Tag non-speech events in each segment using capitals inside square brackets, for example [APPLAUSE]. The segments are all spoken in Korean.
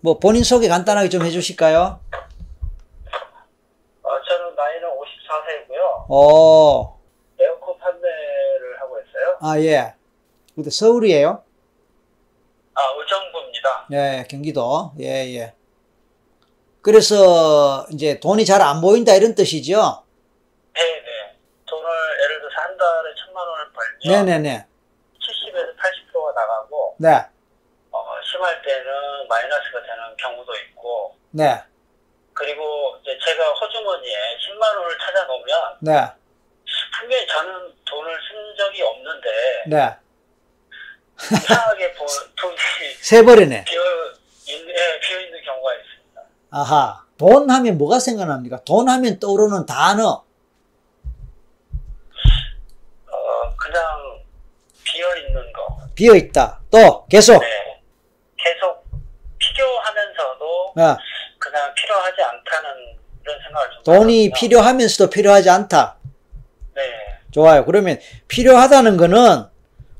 뭐 본인 소개 간단하게 좀 해주실까요? 어, 저는 나이는 54세이고요. 어, 에어컨 판매를 하고 있어요. 아, 예. 근데 서울이에요? 아, 의정부입니다. 예, 경기도. 예, 예. 그래서 이제 돈이 잘 안 보인다 이런 뜻이죠? 네네. 돈을 예를 들어서 한 달에 천만 원을 벌면 네네네. 70에서 80%가 나가고 네, 어, 심할 때는 마이너스가 되는 경우도 있고 네, 그리고 이제 제가 허주머니에 10만 원을 찾아 놓으면 네, 분명히 저는 돈을 쓴 적이 없는데 네. 이상하게 보- 돈이 세버리네. 비어 있는, 예, 비어 있는 경우가 있습니다. 아하. 돈 하면 뭐가 생각납니까? 돈 하면 떠오르는 단어. 어, 그냥 비어 있는 거. 비어있다. 또, 계속. 네. 계속 필요하면서도 아, 그냥 필요하지 않다는 이런 생각을 좀 돈이 하거든요. 필요하면서도 필요하지 않다. 네. 좋아요. 그러면 필요하다는 거는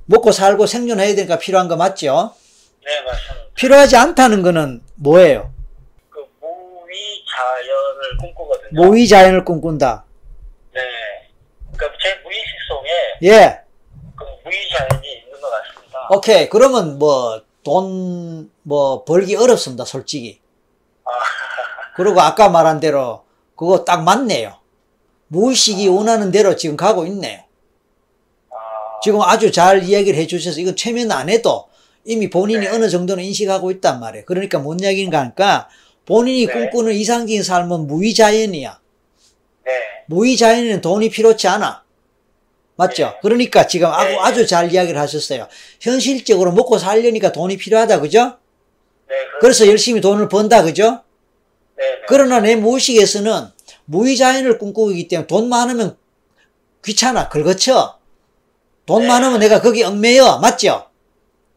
먹고 살고 생존해야 되니까 필요한 거 맞죠? 네, 맞습니다. 필요하지 않다는 거는 뭐예요? 그 무위 자연을 꿈꾸거든요. 모의 자연을 꿈꾼다. 네. 그러니까 제 무의식 속에 예. 그 무위 자연이 있는 것 같습니다. 오케이. 그러면 뭐, 돈, 뭐, 벌기 어렵습니다. 솔직히. 아, 그리고 아까 말한 대로 그거 딱 맞네요. 무의식이 원하는 대로 지금 가고 있네요. 아, 지금 아주 잘 이야기를 해주셔서 이건 최면 안 해도 이미 본인이 네. 어느 정도는 인식하고 있단 말이에요. 그러니까 뭔 이야기인가 하니까 본인이 네. 꿈꾸는 이상적인 삶은 무위자연이야. 네. 무위자연에는 돈이 필요치 않아. 맞죠? 네. 그러니까 지금 아주, 네. 아주 잘 이야기를 하셨어요. 현실적으로 먹고 살려니까 돈이 필요하다. 그죠? 네. 그, 그래서 열심히 돈을 번다. 그죠? 네, 네. 그러나 내 무의식에서는 무의자연을 꿈꾸기 때문에 돈 많으면 귀찮아, 걸거쳐. 돈 네. 많으면 내가 거기 얽매여, 맞죠?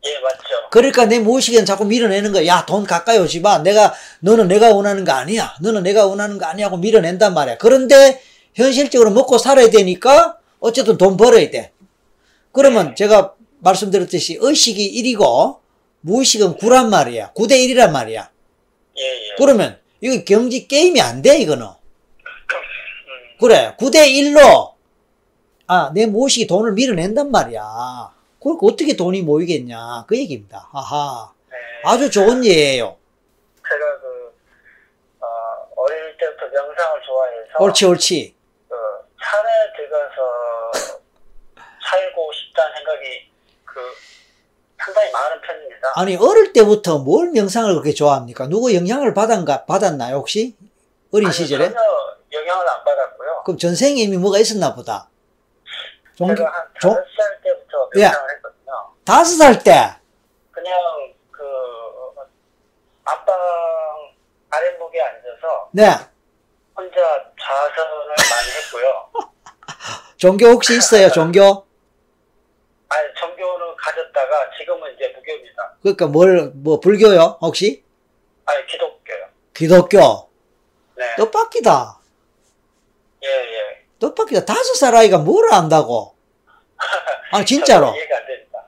예, 맞죠. 그러니까 내 무의식에는 자꾸 밀어내는 거야. 야, 돈 가까이 오지 마. 내가, 너는 내가 원하는 거 아니야. 너는 내가 원하는 거 아니야. 하고 밀어낸단 말이야. 그런데 현실적으로 먹고 살아야 되니까 어쨌든 돈 벌어야 돼. 그러면 네. 제가 말씀드렸듯이 의식이 1이고 무의식은 9란 말이야. 9대 1이란 말이야. 예, 예. 그러면 이거 경지 게임이 안 돼, 이거는. [LAUGHS] 음, 그래. 9대 1로 아, 내 모식이 돈을 밀어낸단 말이야. 그러니까 어떻게 돈이 모이겠냐. 그 얘기입니다. 아하. 네. 아주 좋은 예예요. 제가 그, 어, 어릴 때부터 명상을 좋아해서. 옳지, 옳지. 그 산에 들어가서 살고 싶다는 생각이 그 상당히 많은 편입니다. 아니, 어릴 때부터 뭘 명상을 그렇게 좋아합니까? 누구 영향을 받았가, 받았나요, 혹시? 어린 아니, 시절에? 전혀 영향을 안 받았고요. 그럼 전생에 이미 뭐가 있었나 보다. 종, 제가 한 종- 다섯 살 때부터 예. 명상을 했거든요. 다섯 살 때, 그냥 그 앞방 아랫목에 앉아서 네. 혼자 좌선을 많이 했고요. 종교 혹시 있어요, 종교? 아니 정교는 가졌다가 지금은 이제 무교입니다. 그러니까 뭘, 뭐, 불교요, 혹시? 아니 기독교요. 기독교. 네. 뜻밖이다. 예 예. 뜻밖이다. 다섯 살 아이가 뭘 [LAUGHS] 안다고? 아니, 진짜로. 저는 이해가 안 됩니다.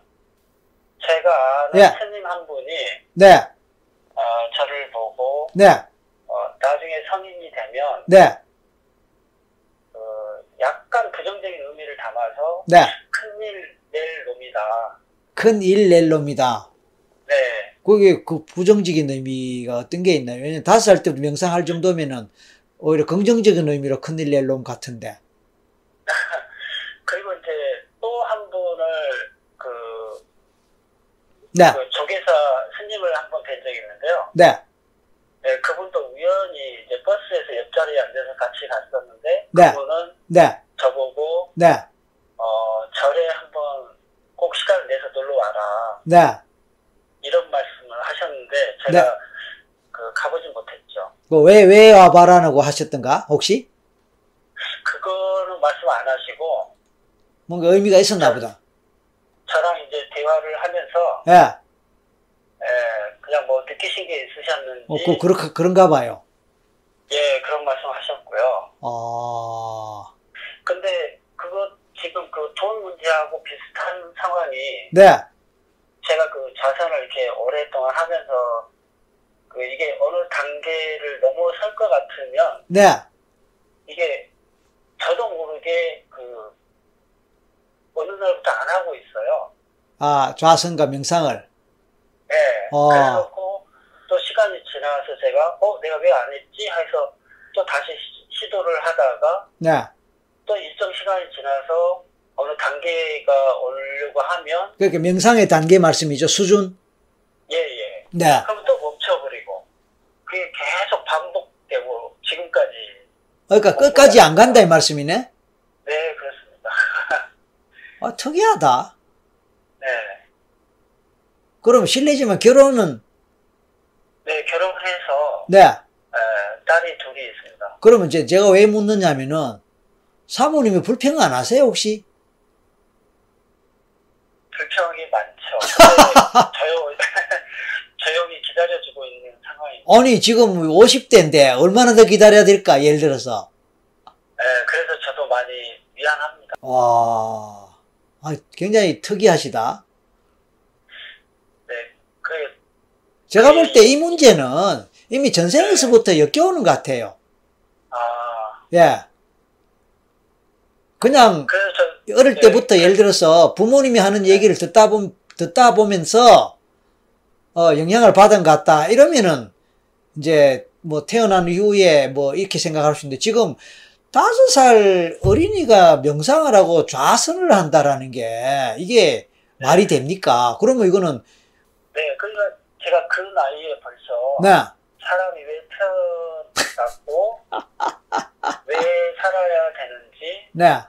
제가 아는 예. 스님 한 분이 네, 어, 저를 보고 네, 어, 나중에 성인이 되면 네, 어, 약간 부정적인 의미를 담아서 네. 큰일 낼 놈이다. 큰 일 낼 놈이다. 네, 그게 그 부정적인 의미가 어떤 게 있나요? 왜냐면 다섯 살 때부터 명상할 정도면은 오히려 긍정적인 의미로 큰 일 낼 놈 같은데. 그리고 이제 또 한 분을 그, 네, 그 조계사 스님을 한 번 뵌 적이 있는데요. 네, 네, 그분도 우연히 이제 버스에서 옆자리에 앉아서 같이 갔었는데 네. 그분은 네, 저보고 네, 어, 절에 한번 꼭 시간을 내서 놀러 와라 네. 이런 말씀을 하셨는데 제가 그 가보진 못했죠. 그 왜, 왜 와봐라라고 하셨던가? 혹시? 그거는 말씀 안 하시고 뭔가 의미가 있었나 보다. 저랑 이제 대화를 하면서 예, 네. 예, 그냥 뭐 느끼신 게 있으셨는지 어, 그, 그렇, 그런가 봐요. 예 그런 말씀 하셨고요. 어, 근데 그거 지금 그 돈 문제하고 비슷한 상황이 네, 제가 그 자산을 이렇게 오랫동안 하면서 그 그 이게 어느 단계를 넘어설 것 같으면 네. 이게 저도 모르게 그 어느 날부터 안 하고 있어요. 아, 좌선과 명상을. 예. 어. 그래놓고 또 시간이 지나서 제가 어 내가 왜 안 했지 해서 또 다시 시- 시도를 하다가 네. 또 일정 시간이 지나서 어느 단계가 오려고 하면 그렇게 그러니까 명상의 단계 말씀이죠. 수준. 예예 네. 그럼 또 멈춰버리고 그게 계속 반복되고 지금까지 그러니까 끝까지 안 간다 이 말씀이네. 네 그렇습니다 아, 특이하다. 네네 그럼 실례지만 결혼은 네, 결혼을 해서 네. 에, 딸이 둘이 있습니다 그러면 이제 제가 왜 묻느냐면은 사모님이 불평 안 하세요 혹시? 불평이 많죠 근데 조용 [LAUGHS] 조용히 기다려주고 있는 상황입니다 아니 지금 50대인데 얼마나 더 기다려야 될까 예를 들어서. 네, 그래서 저도 많이 미안합니다 와, 아, 굉장히 특이하시다. 네그 제가 볼 때 이 문제는 이미 전생에서부터 엮여오는 것 같아요. 아, 예. 그냥 그래서 저, 어릴 네. 때부터 예를 들어서 부모님이 하는 얘기를 듣다 보 듣다 보면서 어, 영향을 받은 것 같다 이러면은 이제 뭐 태어난 이후에 뭐 이렇게 생각할 수 있는데 지금 다섯 살 어린이가 명상을 하고 좌선을 한다라는 게 이게 말이 됩니까? 그러면 이거는 네, 그러니까 제가 그 나이에 벌써 네, 사람이 왜 태어났고 왜 살아야 되는지 네,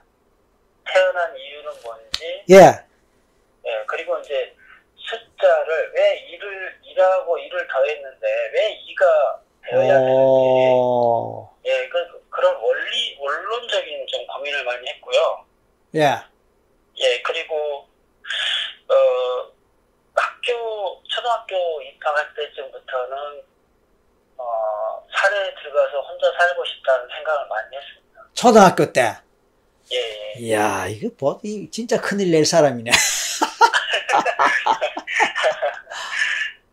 태어난 이유는 뭔지 예, 예, 그리고 이제 숫자를 왜 일을 일하고 일을 더했는데 왜 이가 되어야 되는지 오, 예, 그, 그런 원리 원론적인 좀 고민을 많이 했고요. 예, 예, 그리고 어 학교 초등학교 입학할 때쯤부터는 어 산에 들어가서 혼자 살고 싶다는 생각을 많이 했습니다. 초등학교 때. 예, 예. 이야, 이거 뭐, 이 진짜 큰일 낼 사람이네.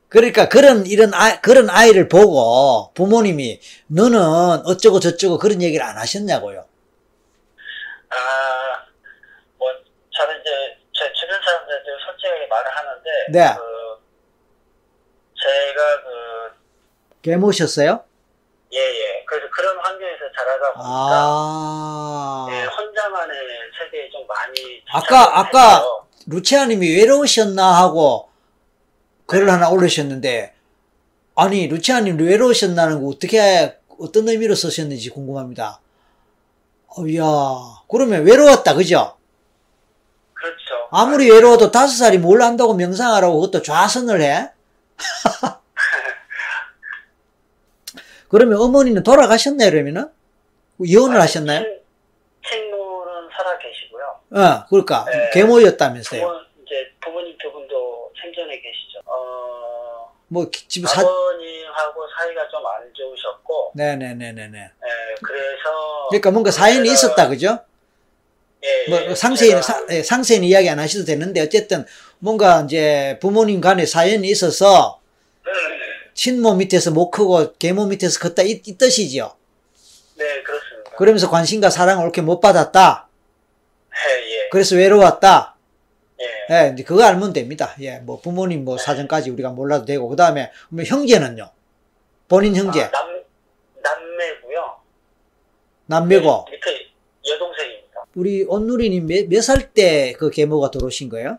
그러니까 그런 이런 아, 그런 아이를 보고 부모님이 너는 어쩌고 저쩌고 그런 얘기를 안 하셨냐고요. 아, 뭐 저는 이제 제 주변 사람들한테 솔직하게 말을 하는데, 네. 그 제가 그 개모셨어요? 예예. 그래서 그런 환경에서 자라다 보니까 아, 예, 혼자만의 세계에 좀 많이 아까- 집착을 아까 해서 루치아님이 외로우셨나 하고 글을 하나 올리셨는데 아니 루치아님 외로우셨나는 거 어떻게 어떤 의미로 쓰셨는지 궁금합니다. 어, 이야, 그러면 외로웠다, 그죠? 그렇죠. 아무리 외로워도 다섯 살이 뭘 한다고 명상하라고 그것도 좌선을 [LAUGHS] 해? 그러면 어머니는 돌아가셨나요, 그러면은? 아, 이혼을 하셨나요? 친- 친구는 살아 계시고요. 어, 그러니까. 네. 뭐, 계모였다면서요. 부모 이제 부모님 두 분도 생전에 계시죠. 어, 뭐, 기- 집 사, 아버님하고 사이가 좀 안 좋으셨고, 네네네네네. 예, 그래서 그러니까 뭔가 사연이 제가- 있었다, 그죠? 예, 어, 예, 뭐, 상세히, 제가- 사, 예, 상세히 이야기 안 하셔도 되는데, 어쨌든 뭔가 이제 부모님 간에 사연이 있어서 친모 밑에서 못 크고 계모 밑에서 컸다, 이, 이 뜻이지요. [LAUGHS] 네 그렇습니다. 그러면서 관심과 사랑을 이렇게 못 받았다. 예, 예, 그래서 외로웠다. 예. 예, 이제 그거 알면 됩니다. 예, 뭐 부모님 뭐 사정까지 우리가 몰라도 되고 그 다음에 형제는요. 본인 형제 아, 남 남매고요. 남매고 네, 밑에 여동생입니다. 우리 온누리님 몇 살 때 그 계모가 들어오신 거예요?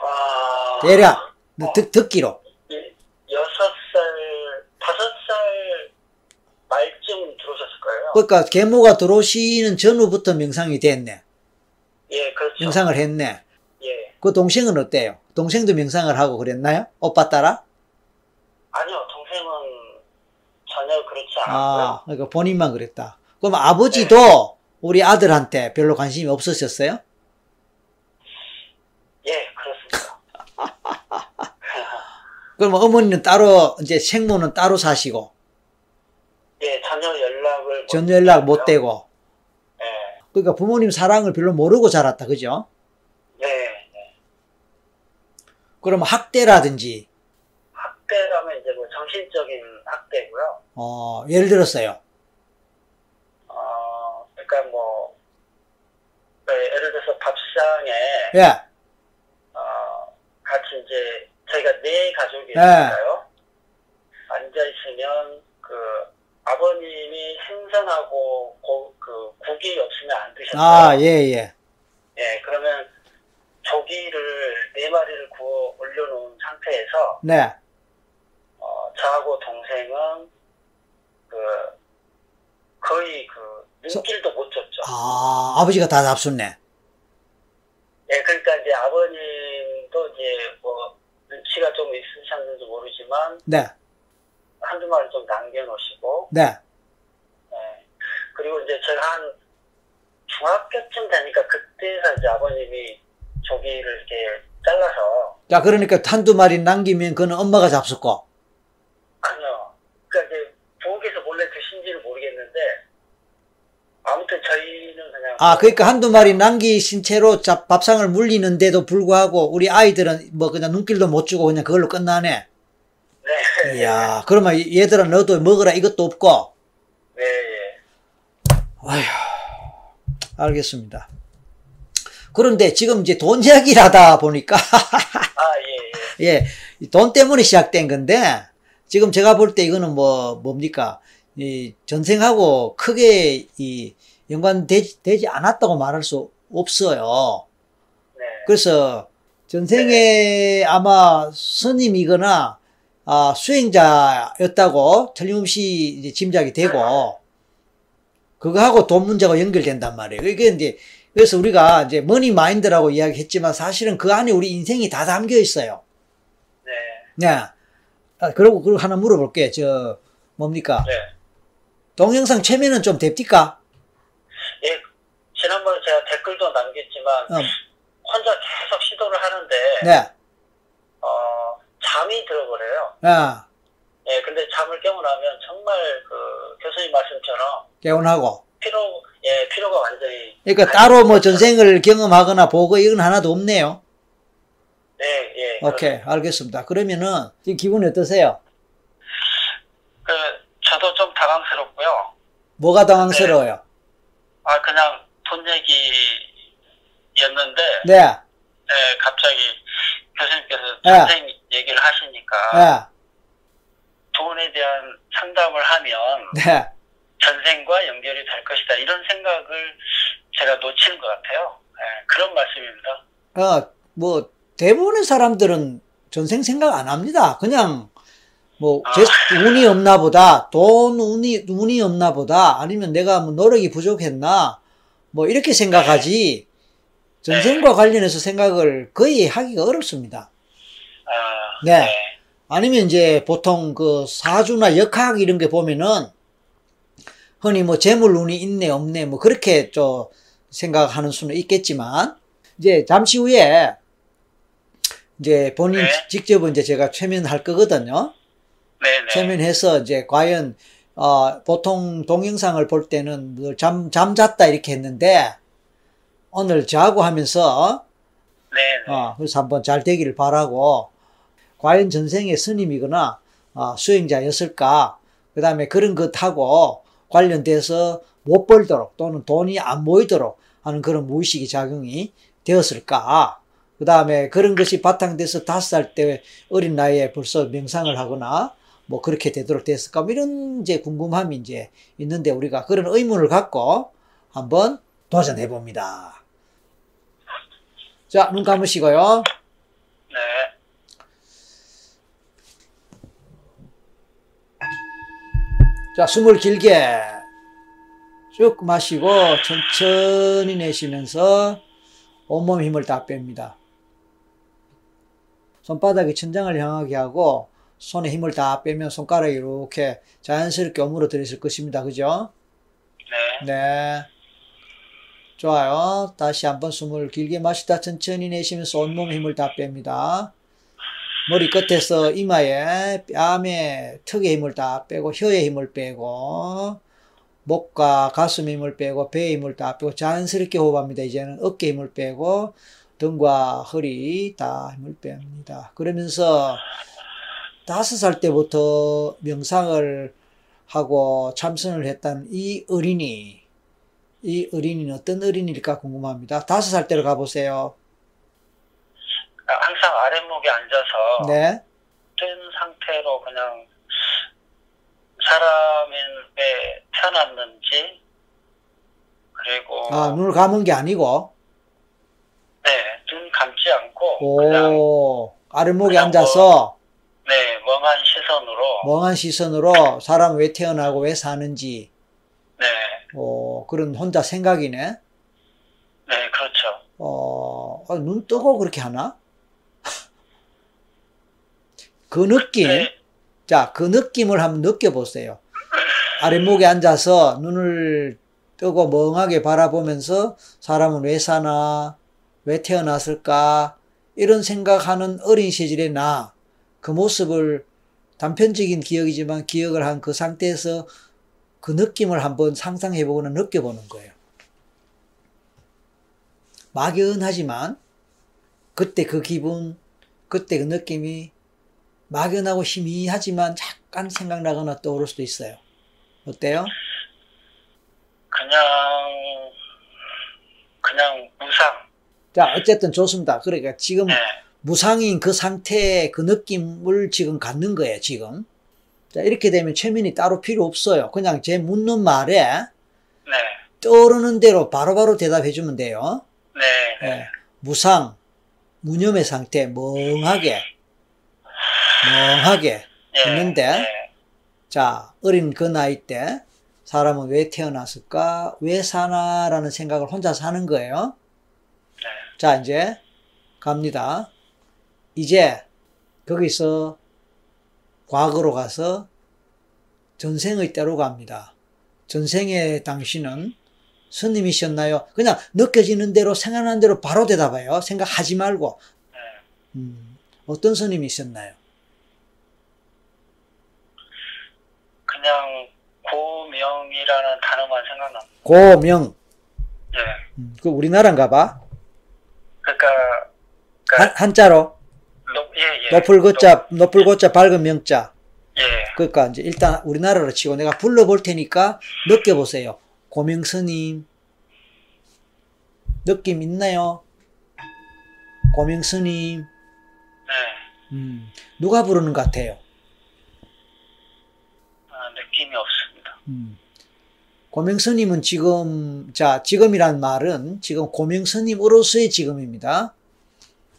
아, 대략 어. 듣, 듣기로 이- 여섯 살, 다섯 살 말쯤 들어오셨을 거예요. 그러니까 계모가 들어오시는 전후부터 명상이 됐네. 예, 그렇죠. 명상을 했네. 예. 그 동생은 어때요? 동생도 명상을 하고 그랬나요? 오빠 따라? 아니요, 동생은 전혀 그렇지 않고요. 아, 그러니까 본인만 그랬다. 그럼 아버지도 우리 아들한테 별로 관심이 없으셨어요? 예, 그렇습니다. 그럼 어머니는 따로 이제 생모는 따로 사시고 예, 전혀 연락을 전 못- 연락 못 되고. 예, 그러니까 부모님 사랑을 별로 모르고 자랐다, 그죠? 네, 그럼 학대라든지, 학대 학대라면 이제 뭐 정신적인 학대고요. 어, 예를 들었어요. 어, 그러니까 뭐 네, 예를 들어서 밥상에 예, 어, 같이 이제 저희가 네 가족이 네. 있으니까요. 앉아 있으면 그 아버님이 생선하고 고, 그 고기 없으면 안 드셨어요. 아, 예, 예. 예, 그러면 조기를 네 마리를 구워 올려놓은 상태에서 네, 어, 저하고 동생은 그 거의 그 눈길도 못 줬죠. 아, 아버지가 다 잡수네. 예, 그러니까 이제 아버님도 이제 뭐 눈치가 좀 있으셨는지 모르지만 네, 한두 마리 좀 남겨놓으시고 네, 예. 그리고 이제 제가 한 중학교쯤 되니까 그때서 이제 아버님이 조기를 이렇게 잘라서 자, 그러니까 한두 마리 남기면 그는 엄마가 잡수고, 아니요. 그러니까 이제 부엌에서 몰래 드신지는 모르겠는데 아무튼 저희는 그냥 아, 그러니까 한두 마리 남기신 채로 잡, 밥상을 물리는데도 불구하고 우리 아이들은 뭐 그냥 눈길도 못 주고 그냥 그걸로 끝나네. 네. 이야, 그러면 얘들아 너도 먹으라 이것도 없고. 네, 예. 아휴, 알겠습니다. 그런데 지금 이제 돈 이야기를 하다 보니까, [LAUGHS] 아, 예, 예. 예, 이돈 때문에 시작된 건데, 지금 제가 볼 때 이거는 뭐, 뭡니까, 이 전생하고 크게 이 연관되지 되지 않았다고 말할 수 없어요. 네. 그래서 전생에 아마 스님이거나 아, 수행자였다고 틀림없이 이제 짐작이 되고 그거하고 돈 문제가 연결된단 말이에요. 이게 이제 그래서 우리가 이제 머니 마인드라고 이야기했지만 사실은 그 안에 우리 인생이 다 담겨 있어요. 네. 네. 아, 그리고 그리고 하나 물어볼게. 저 뭡니까? 네. 동영상 체면은 좀 됩니까? 예. 지난번에 제가 댓글도 남겼지만 어, 혼자 계속 시도를 하는데 네. 어, 잠이 들어버려요. 아, 예, 근데 잠을 깨고 나면 정말 그 교수님 말씀처럼 개운하고. 피로 예, 피로가 완전히 그러니까 따로 뭐 전생을 경험하거나 보고 이건 하나도 없네요. 네, 예. 오케이, 알겠습니다. 그러면은 지금 기분이 어떠세요? 그, 그 저도 좀 당황스럽고요. 뭐가 당황스러워요? 아, 그냥 돈 얘기였는데 네, 예, 네, 갑자기 교수님께서 네. 전생 예. 얘기를 하시니까 돈에 대한 상담을 하면 네. 전생과 연결이 될 것이다 이런 생각을 제가 놓치는 것 같아요. 네, 그런 말씀입니다. 어, 뭐 대부분의 사람들은 전생 생각 안 합니다. 그냥 뭐 아. 제 운이 없나 보다, 돈 운이 운이 없나 보다, 아니면 내가 뭐 노력이 부족했나, 뭐 이렇게 생각하지 전생과 관련해서 생각을 거의 하기가 어렵습니다. 아, 네. 네. 아니면 이제 보통 그 사주나 역학 이런 게 보면은 흔히 뭐 재물운이 있네 없네 뭐 그렇게 좀 생각하는 수는 있겠지만 이제 잠시 후에 이제 본인 네. 직접 이제 제가 최면할 거거든요. 네네. 최면해서 이제 과연 어 보통 동영상을 볼 때는 뭐잠 잠잤다 이렇게 했는데 오늘 자고 하면서 네네. 어, 그래서 한번 잘 되기를 바라고, 과연 전생에 스님이거나 아, 수행자였을까, 그 다음에 그런 것하고 관련돼서 못 벌도록 또는 돈이 안 모이도록 하는 그런 무의식의 작용이 되었을까, 그 다음에 그런 것이 바탕돼서 다섯 살 때 어린 나이에 벌써 명상을 하거나 뭐 그렇게 되도록 됐을까, 뭐 이런 이제 궁금함이 이제 있는데 우리가 그런 의문을 갖고 한번 도전해 봅니다. 자, 눈 감으시고요. 네. 자, 숨을 길게 쭉 마시고 천천히 내쉬면서 온몸 힘을 다 뺍니다. 손바닥이 천장을 향하게 하고 손에 힘을 다 빼면 손가락이 이렇게 자연스럽게 오므로 들이실 것입니다. 그죠? 네. 네. 좋아요. 다시 한번 숨을 길게 마시다 천천히 내쉬면서 온몸 힘을 다 뺍니다. 머리 끝에서 이마에, 뺨에, 턱에 힘을 다 빼고, 혀에 힘을 빼고, 목과 가슴 힘을 빼고, 배에 힘을 다 빼고, 자연스럽게 호흡합니다. 이제는 어깨 힘을 빼고, 등과 허리 다 힘을 뺍니다. 그러면서 다섯 살 때부터 명상을 하고 참선을 했다는 이 어린이, 이 어린이는 어떤 어린이일까 궁금합니다. 다섯 살 때로 가보세요. 그러니까 항상 아랫목에 앉아서 네. 뜬 상태로 그냥 사람의 편났는지 그리고 아, 눈을 감은 게 아니고, 네, 눈 감지 않고 그냥 오, 아랫목에 그냥 앉아서 네, 멍한 시선으로 멍한 시선으로 사람 왜 태어나고 왜 사는지, 네, 오, 그런 혼자 생각이네. 네, 그렇죠. 어, 아, 눈 뜨고 그렇게 하나? [LAUGHS] 그 느낌, 네, 자, 그 느낌을 한번 느껴보세요. 아랫목에 앉아서 눈을 뜨고 멍하게 바라보면서 사람은 왜 사나, 왜 태어났을까, 이런 생각하는 어린 시절의 나, 그 모습을 단편적인 기억이지만 기억을 한 그 상태에서 그 느낌을 한번 상상해보거나 느껴보는 거예요. 막연하지만 그때 그 기분, 그때 그 느낌이 막연하고 희미하지만 잠깐 생각나거나 떠오를 수도 있어요. 어때요? 그냥 그냥 무상. 자, 어쨌든 좋습니다. 그러니까 지금 네, 무상인 그 상태, 그 느낌을 지금 갖는 거예요, 지금. 자, 이렇게 되면 최면이 따로 필요 없어요. 그냥 제 묻는 말에 네, 떠오르는 대로 바로바로 대답해 주면 돼요. 네, 네, 예. 무상, 무념의 상태, 멍하게, 멍하게. 네, 있는데? 네, 자, 어린 그 나이 때 사람은 왜 태어났을까? 왜 사나라는 생각을 혼자 사는 거예요. 네. 자, 이제 갑니다. 이제 거기서 과거로 가서 전생의 때로 갑니다. 전생의 당신은 스님이셨나요? 그냥 느껴지는 대로 생각나는 대로 바로 대답해요. 생각하지 말고. 네. 음, 어떤 스님이셨나요? 그냥 고명이라는 단어만 생각납니다. 고명. 네, 음, 그 우리나라인가 봐. 그러니까 한, 한자로 높, 예, 예. 높을 고자 높을 고자 밝은 명자 높- 예, 그러니까 이제 일단 우리나라로 치고 내가 불러볼 테니까 느껴보세요 고명스님 느낌 있나요 고명스님 네. 음, 누가 부르는 것 같아요 아, 느낌이 없습니다. 음. 고명스님은 지금 자 지금이란 말은 지금 고명스님으로서의 지금입니다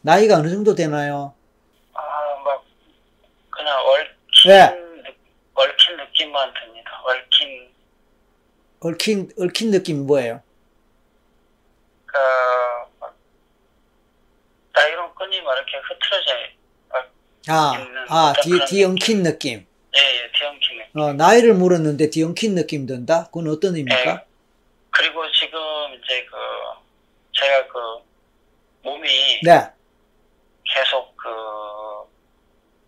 나이가 어느 정도 되나요 아, 막, 그냥 얽힌, 네. 느- 얽힌 느낌만 듭니다. 얽힌, 얽힌 얽힌 느낌이 뭐예요 그, 막 나이론 끈이 막 이렇게 흐트러져, 있는 아, 아아뒤 어떤 뒤 그런 엉킨 느낌 예, 예, 뒤엉킨 느낌. 어, 나이를 물었는데 뒤엉킨 느낌 든다? 그건 어떤 의미입니까? 예. 그리고 지금 이제 그, 제가 그, 몸이 네. 계속 그,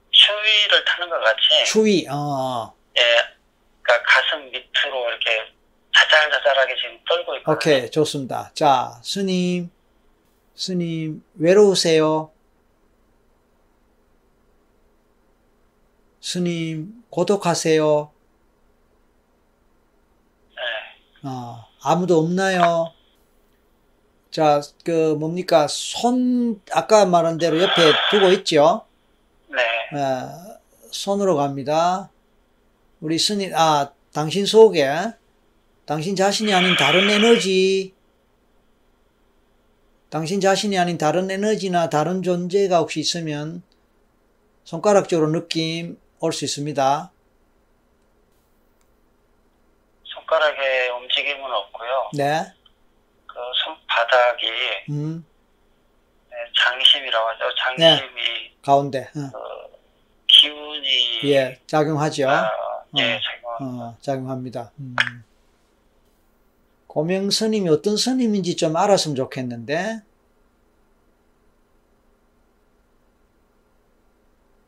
추위를 타는 것 같이, 추위, 어, 예, 그러니까 가슴 밑으로 이렇게 자잘자잘하게 지금 떨고 있거든요. 오케이, 좋습니다. 자, 스님, 스님, 외로우세요? 스님, 고독하세요? 예, 어, 아무도 없나요? 자, 그, 뭡니까, 손, 아까 말한 대로 옆에 두고 있죠? 네. 어, 손으로 갑니다. 우리 스님, 아, 당신 속에 당신 자신이 아닌 다른 에너지, 당신 자신이 아닌 다른 에너지나 다른 존재가 혹시 있으면 손가락적으로 느낌 올 수 있습니다. 손가락에 움직임은 없고요. 네. 그 손바닥이 음, 네, 장심이라고 하죠. 장심이 가운데. 어, 그 기운이 예, 작용하죠. 아, 예, 어. 제가 어, 작용합니다. 음. 고명 스님이 어떤 스님인지 좀 알았으면 좋겠는데,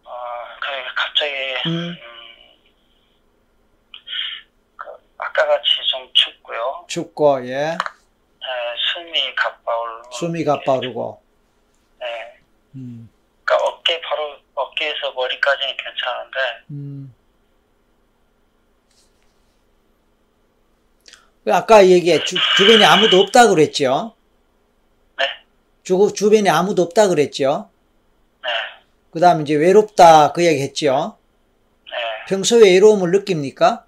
아, 그 갑자기 음, 음, 그 아까 같이 좀 춥고요. 춥고, 예. 네, 숨이 가빠올 예. 숨이 가빠르고 네, 음, 그러니까 어깨 바로 어깨 어깨에서 머리까지는 괜찮은데 음. 그 아까 얘기해 주, 주변에 아무도 없다 그랬죠? 네. 주, 주변에 아무도 없다 그랬죠? 네, 그 다음 이제 외롭다 그 얘기 했죠? 네, 평소에 외로움을 느낍니까?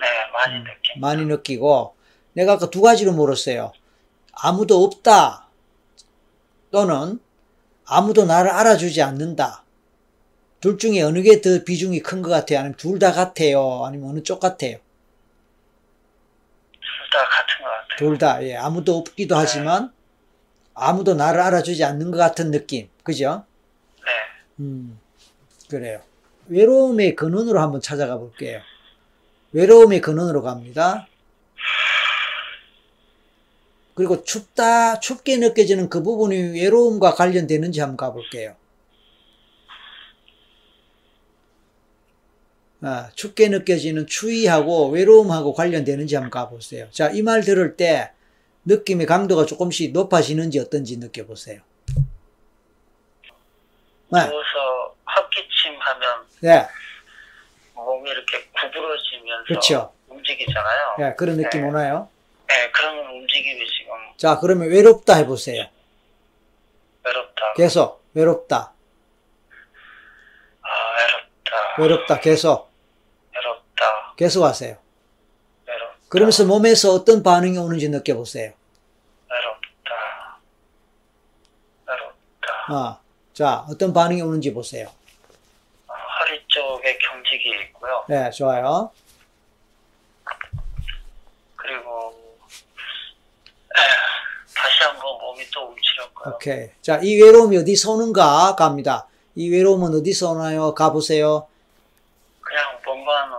네 많이 느낌. 음. 많이 느끼고 내가 아까 두 가지로 물었어요. 아무도 없다 또는 아무도 나를 알아주지 않는다. 둘 중에 어느 게 더 비중이 큰 것 같아요? 아니면 둘 다 같아요? 아니면 어느 쪽 같아요? 둘 다 같은 것 같아요. 둘 다, 예, 아무도 없기도 하지만 아무도 나를 알아주지 않는 것 같은 느낌. 그죠? 네, 음, 그래요. 외로움의 근원으로 한번 찾아가 볼게요. 외로움의 근원으로 갑니다. 그리고 춥다, 춥게 느껴지는 그 부분이 외로움과 관련되는지 한번 가볼게요. 아, 춥게 느껴지는 추위하고 외로움하고 관련되는지 한번 가보세요. 자, 이 말 들을 때 느낌의 강도가 조금씩 높아지는지 어떤지 느껴보세요. 네. 누워서 헛기침 하면 네, 몸이 이렇게 구부러지면서 그렇죠. 움직이잖아요. 네, 그런 느낌 네. 오나요? 네, 그런 움직임이 지금 자, 그러면 외롭다 해보세요. 외롭다. 계속, 외롭다, 아, 외롭다. 외롭다, 계속, 외롭다. 계속 하세요. 외롭다. 그러면서 몸에서 어떤 반응이 오는지 느껴보세요. 외롭다. 외롭다. 아, 자, 어떤 반응이 오는지 보세요. 아, 허리 쪽에 경직이 있고요. 네, 좋아요. 그리고 에휴, 다시 한번 몸이 또 움츠렸고요. 오케이. 자, 이 외로움이 어디서 오는가 갑니다. 이 외로움은 어디서 오나요? 가보세요. 그냥 몸만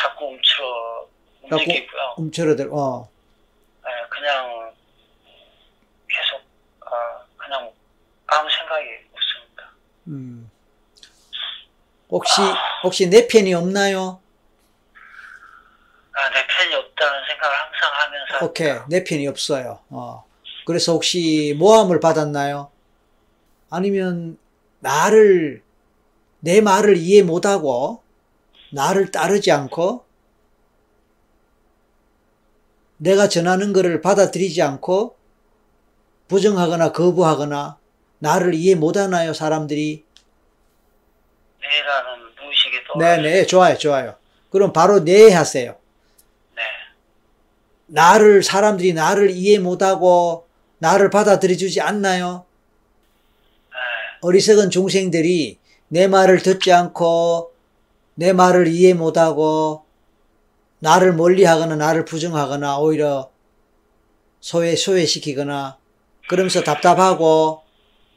자꾸 움츠러 움직이고요. 움츠러들, 어, 예, 그냥 계속 아, 그냥 아무 생각이 없습니다. 음. 혹시, 혹시 내 편이 없나요? 아, 내 팬이 없다는 생각을 항상 하면서 오케이. 내 편이 없어요. 어. 그래서 혹시 모함을 받았나요? 아니면 나를 내 말을 이해 못하고 나를 따르지 않고 내가 전하는 것을 받아들이지 않고 부정하거나 거부하거나 나를 이해 못하나요 사람들이? 내라는 무의식이 또 네네 좋아요 좋아요. 그럼 바로 네 하세요. 네, 나를 사람들이 나를 이해 못하고 나를 받아들여주지 않나요? 아, 어리석은 중생들이 내 말을 듣지 않고 내 말을 이해 못하고 나를 멀리하거나 나를 부정하거나 오히려 소외 소외시키거나 그러면서 답답하고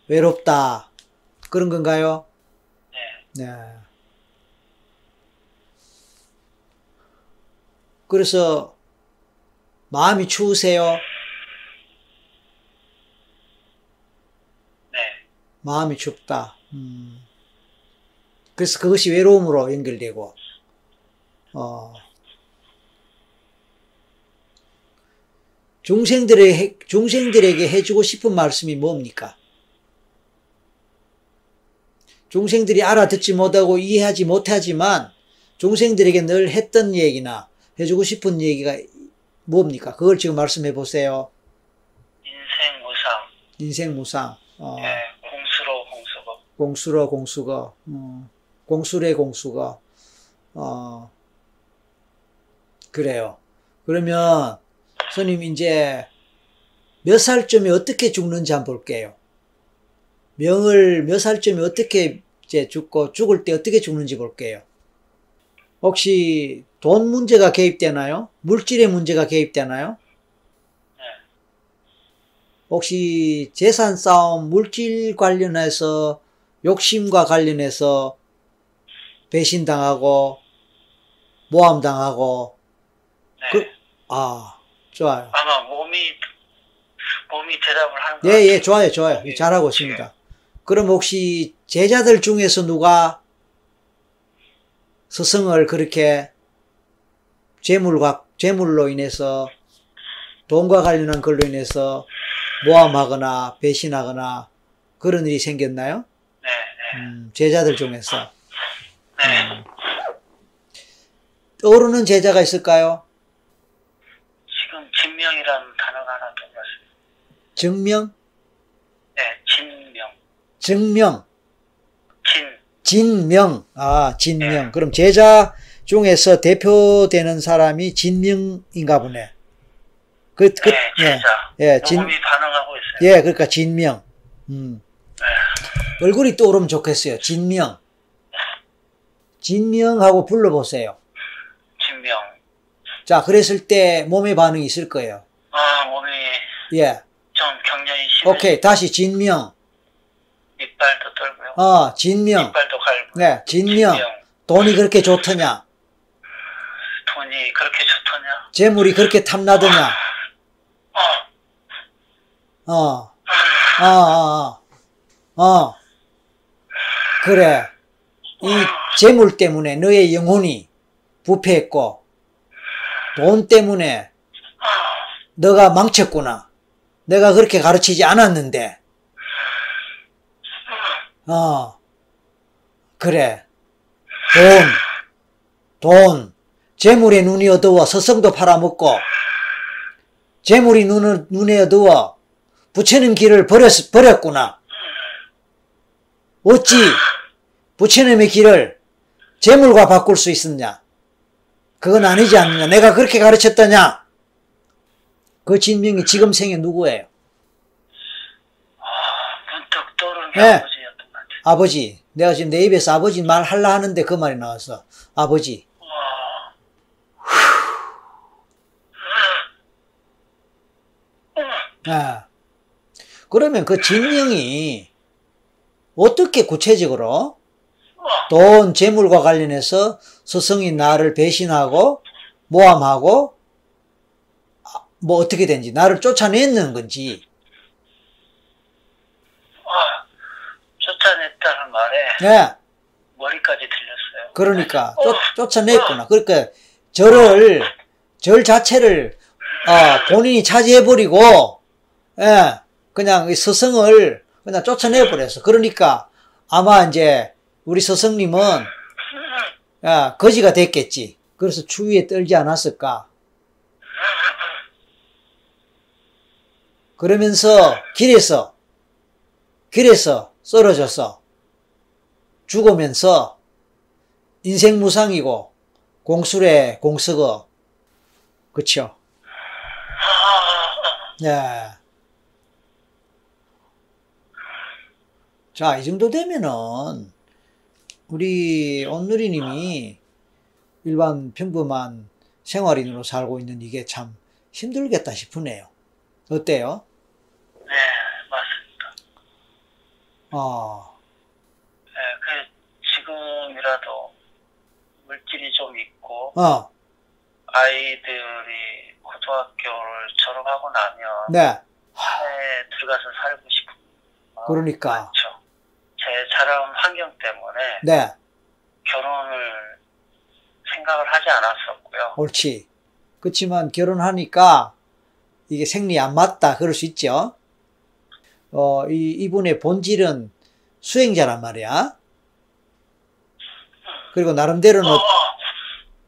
외롭다 그런 건가요? 네, 네. 그래서 마음이 추우세요? 네, 마음이 춥다. 음. 그래서 그것이 외로움으로 연결되고, 어. 중생들의, 해- 중생들에게 해주고 싶은 말씀이 뭡니까? 중생들이 알아듣지 못하고 이해하지 못하지만, 중생들에게 늘 했던 얘기나 해주고 싶은 얘기가 뭡니까? 그걸 지금 말씀해 보세요. 인생 무상, 인생 무상. 어. 네, 공수로 공수고, 공수로 공수거, 음, 공수래 공수거, 어, 그래요. 그러면, 스님, 이제, 몇 살쯤에 어떻게 죽는지 한번 볼게요. 명을 몇 살쯤에 어떻게 이제 죽고, 죽을 때 어떻게 죽는지 볼게요. 혹시 돈 문제가 개입되나요? 물질의 문제가 개입되나요? 혹시 재산 싸움, 물질 관련해서 욕심과 관련해서 배신당하고 모함당하고 네, 그- 아 좋아요. 아마 몸이 몸이 대답을 하는 것 예, 같아요. 예, 좋아요, 좋아요. 잘하고 있습니다. 그럼 혹시 제자들 중에서 누가 스승을 그렇게 재물과, 재물로 인해서 돈과 관련한 걸로 인해서 모함하거나 배신하거나 그런 일이 생겼나요? 네, 네, 음, 제자들 중에서. 음. 네. 떠오르는 제자가 있을까요? 지금 진명이라는 단어가 하나 떠올랐어요. 증명, 네, 진명. 증명, 진. 진명. 아, 네. 진명. 그럼 제자 중에서 대표되는 사람이 진명인가 보네. 그, 그, 네, 예, 진짜. 예, 진, 녹음이 반응하고 있어요. 예, 그러니까 진명. 음. 네. 얼굴이 떠오르면 좋겠어요. 진명. 진명하고 불러보세요. 진명. 자, 그랬을 때 몸의 반응이 있을 거예요. 아, 몸이 예. 좀 굉장히 심해. 오케이. 다시 진명. 이빨도 떨고요. 어, 진명. 이빨도 갈고. 네, 진명. 돈이 그렇게 좋더냐? 돈이 그렇게 좋더냐? 재물이 그렇게 탐나더냐? 어, 어, 어, 어, 어. 어. 그래. 이 재물 때문에 너의 영혼이 부패했고, 돈 때문에 너가 망쳤구나. 내가 그렇게 가르치지 않았는데. 어, 그래. 돈, 돈. 재물의 눈이 어두워 서성도 팔아먹고, 재물이 눈을, 눈에 어두워 부처님 길을 버렸, 버렸구나. 어찌 부처님의 길을 재물과 바꿀 수 있었냐? 그건 아니지 않느냐? 내가 그렇게 가르쳤다냐? 그 진명이 지금 생에 누구예요? 아, 문득 떠오르는 게 네. 아버지였던 것 같아요. 아버지. 내가 지금 내 입에서 아버지 말 할라 하는데 그 말이 나왔어. 아버지. 와. 아. 그러면 그 진명이 어떻게 구체적으로 어, 돈, 재물과 관련해서 스승이 나를 배신하고 모함하고 아, 뭐 어떻게 된지 나를 쫓아내는 건지 와. 어. 쫓아냈다는 말에 예 머리까지 들렸어요. 그러니까 어. 쫓, 쫓아냈구나 그러니까 저를 절 자체를 아, 본인이 차지해버리고 예 그냥 이 스승을 그냥 쫓아내버렸어 그러니까 아마 이제 우리 스승님은 음, 예, 거지가 됐겠지 그래서 추위에 떨지 않았을까 그러면서 길에서 길에서 쓰러져서 죽으면서 인생 무상이고 공술의 공석어 그쵸? 아, 네. 자, 이 정도 되면은 우리 온누리님이 일반 평범한 생활인으로 살고 있는 이게 참 힘들겠다 싶으네요. 어때요? 네, 맞습니다. 어. 네, 그 지금이라도 물질이 좀 있고 어, 아이들이 고등학교를 졸업하고 나면 네. 사회에 들어가서 살고 싶은 그러니까. 많죠. 그렇죠. 제 자라온 환경 때문에 네. 결혼을 생각을 하지 않았었고요. 옳지. 그렇지만 결혼하니까 이게 생리 안 맞다. 그럴 수 있죠. 어, 이, 이분의 본질은 수행자란 말이야. 그리고 나름대로는, 어-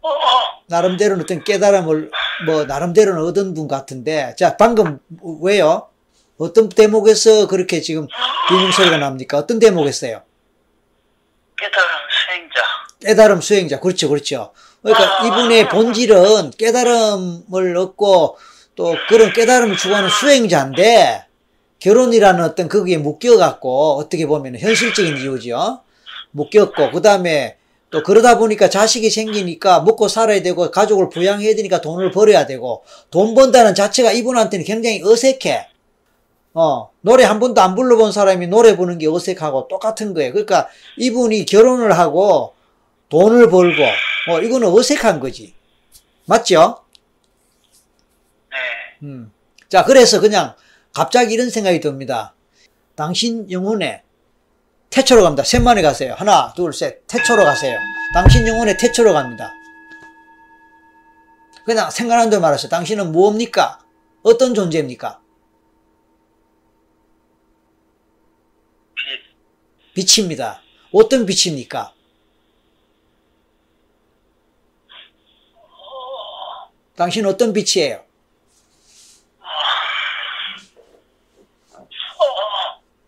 어, 어, 나름대로는 어떤 깨달음을, 뭐, 나름대로는 얻은 분 같은데. 자, 방금, 왜요? 어떤 대목에서 그렇게 지금 비명 소리가 납니까? 어떤 대목에서요? 깨달은 수행자. 깨달음 수행자. 그렇죠, 그렇죠. 그러니까 이분의 본질은 깨달음을 얻고 또 그런 깨달음을 추구하는 수행자인데 결혼이라는 어떤 거기에 묶여갖고 어떻게 보면 현실적인 이유죠. 묶였고, 그 다음에 또 그러다 보니까 자식이 생기니까 먹고 살아야 되고 가족을 부양해야 되니까 돈을 벌어야 되고 돈 번다는 자체가 이분한테는 굉장히 어색해. 어, 노래 한 번도 안 불러본 사람이 노래 부는 게 어색하고 똑같은 거예요. 그러니까 이분이 결혼을 하고 돈을 벌고, 뭐, 이거는 어색한 거지. 맞죠? 네. 음. 자, 그래서 그냥 갑자기 이런 생각이 듭니다. 당신 영혼에 태초로 갑니다. 셋만에 가세요. 하나, 둘, 셋. 태초로 가세요. 당신 영혼에 태초로 갑니다. 그냥 생각한 대로 말하세요. 당신은 무엇입니까? 어떤 존재입니까? 빛, 그, 빛입니다. 어떤 빛입니까? 당신 어떤 빛이에요? 어,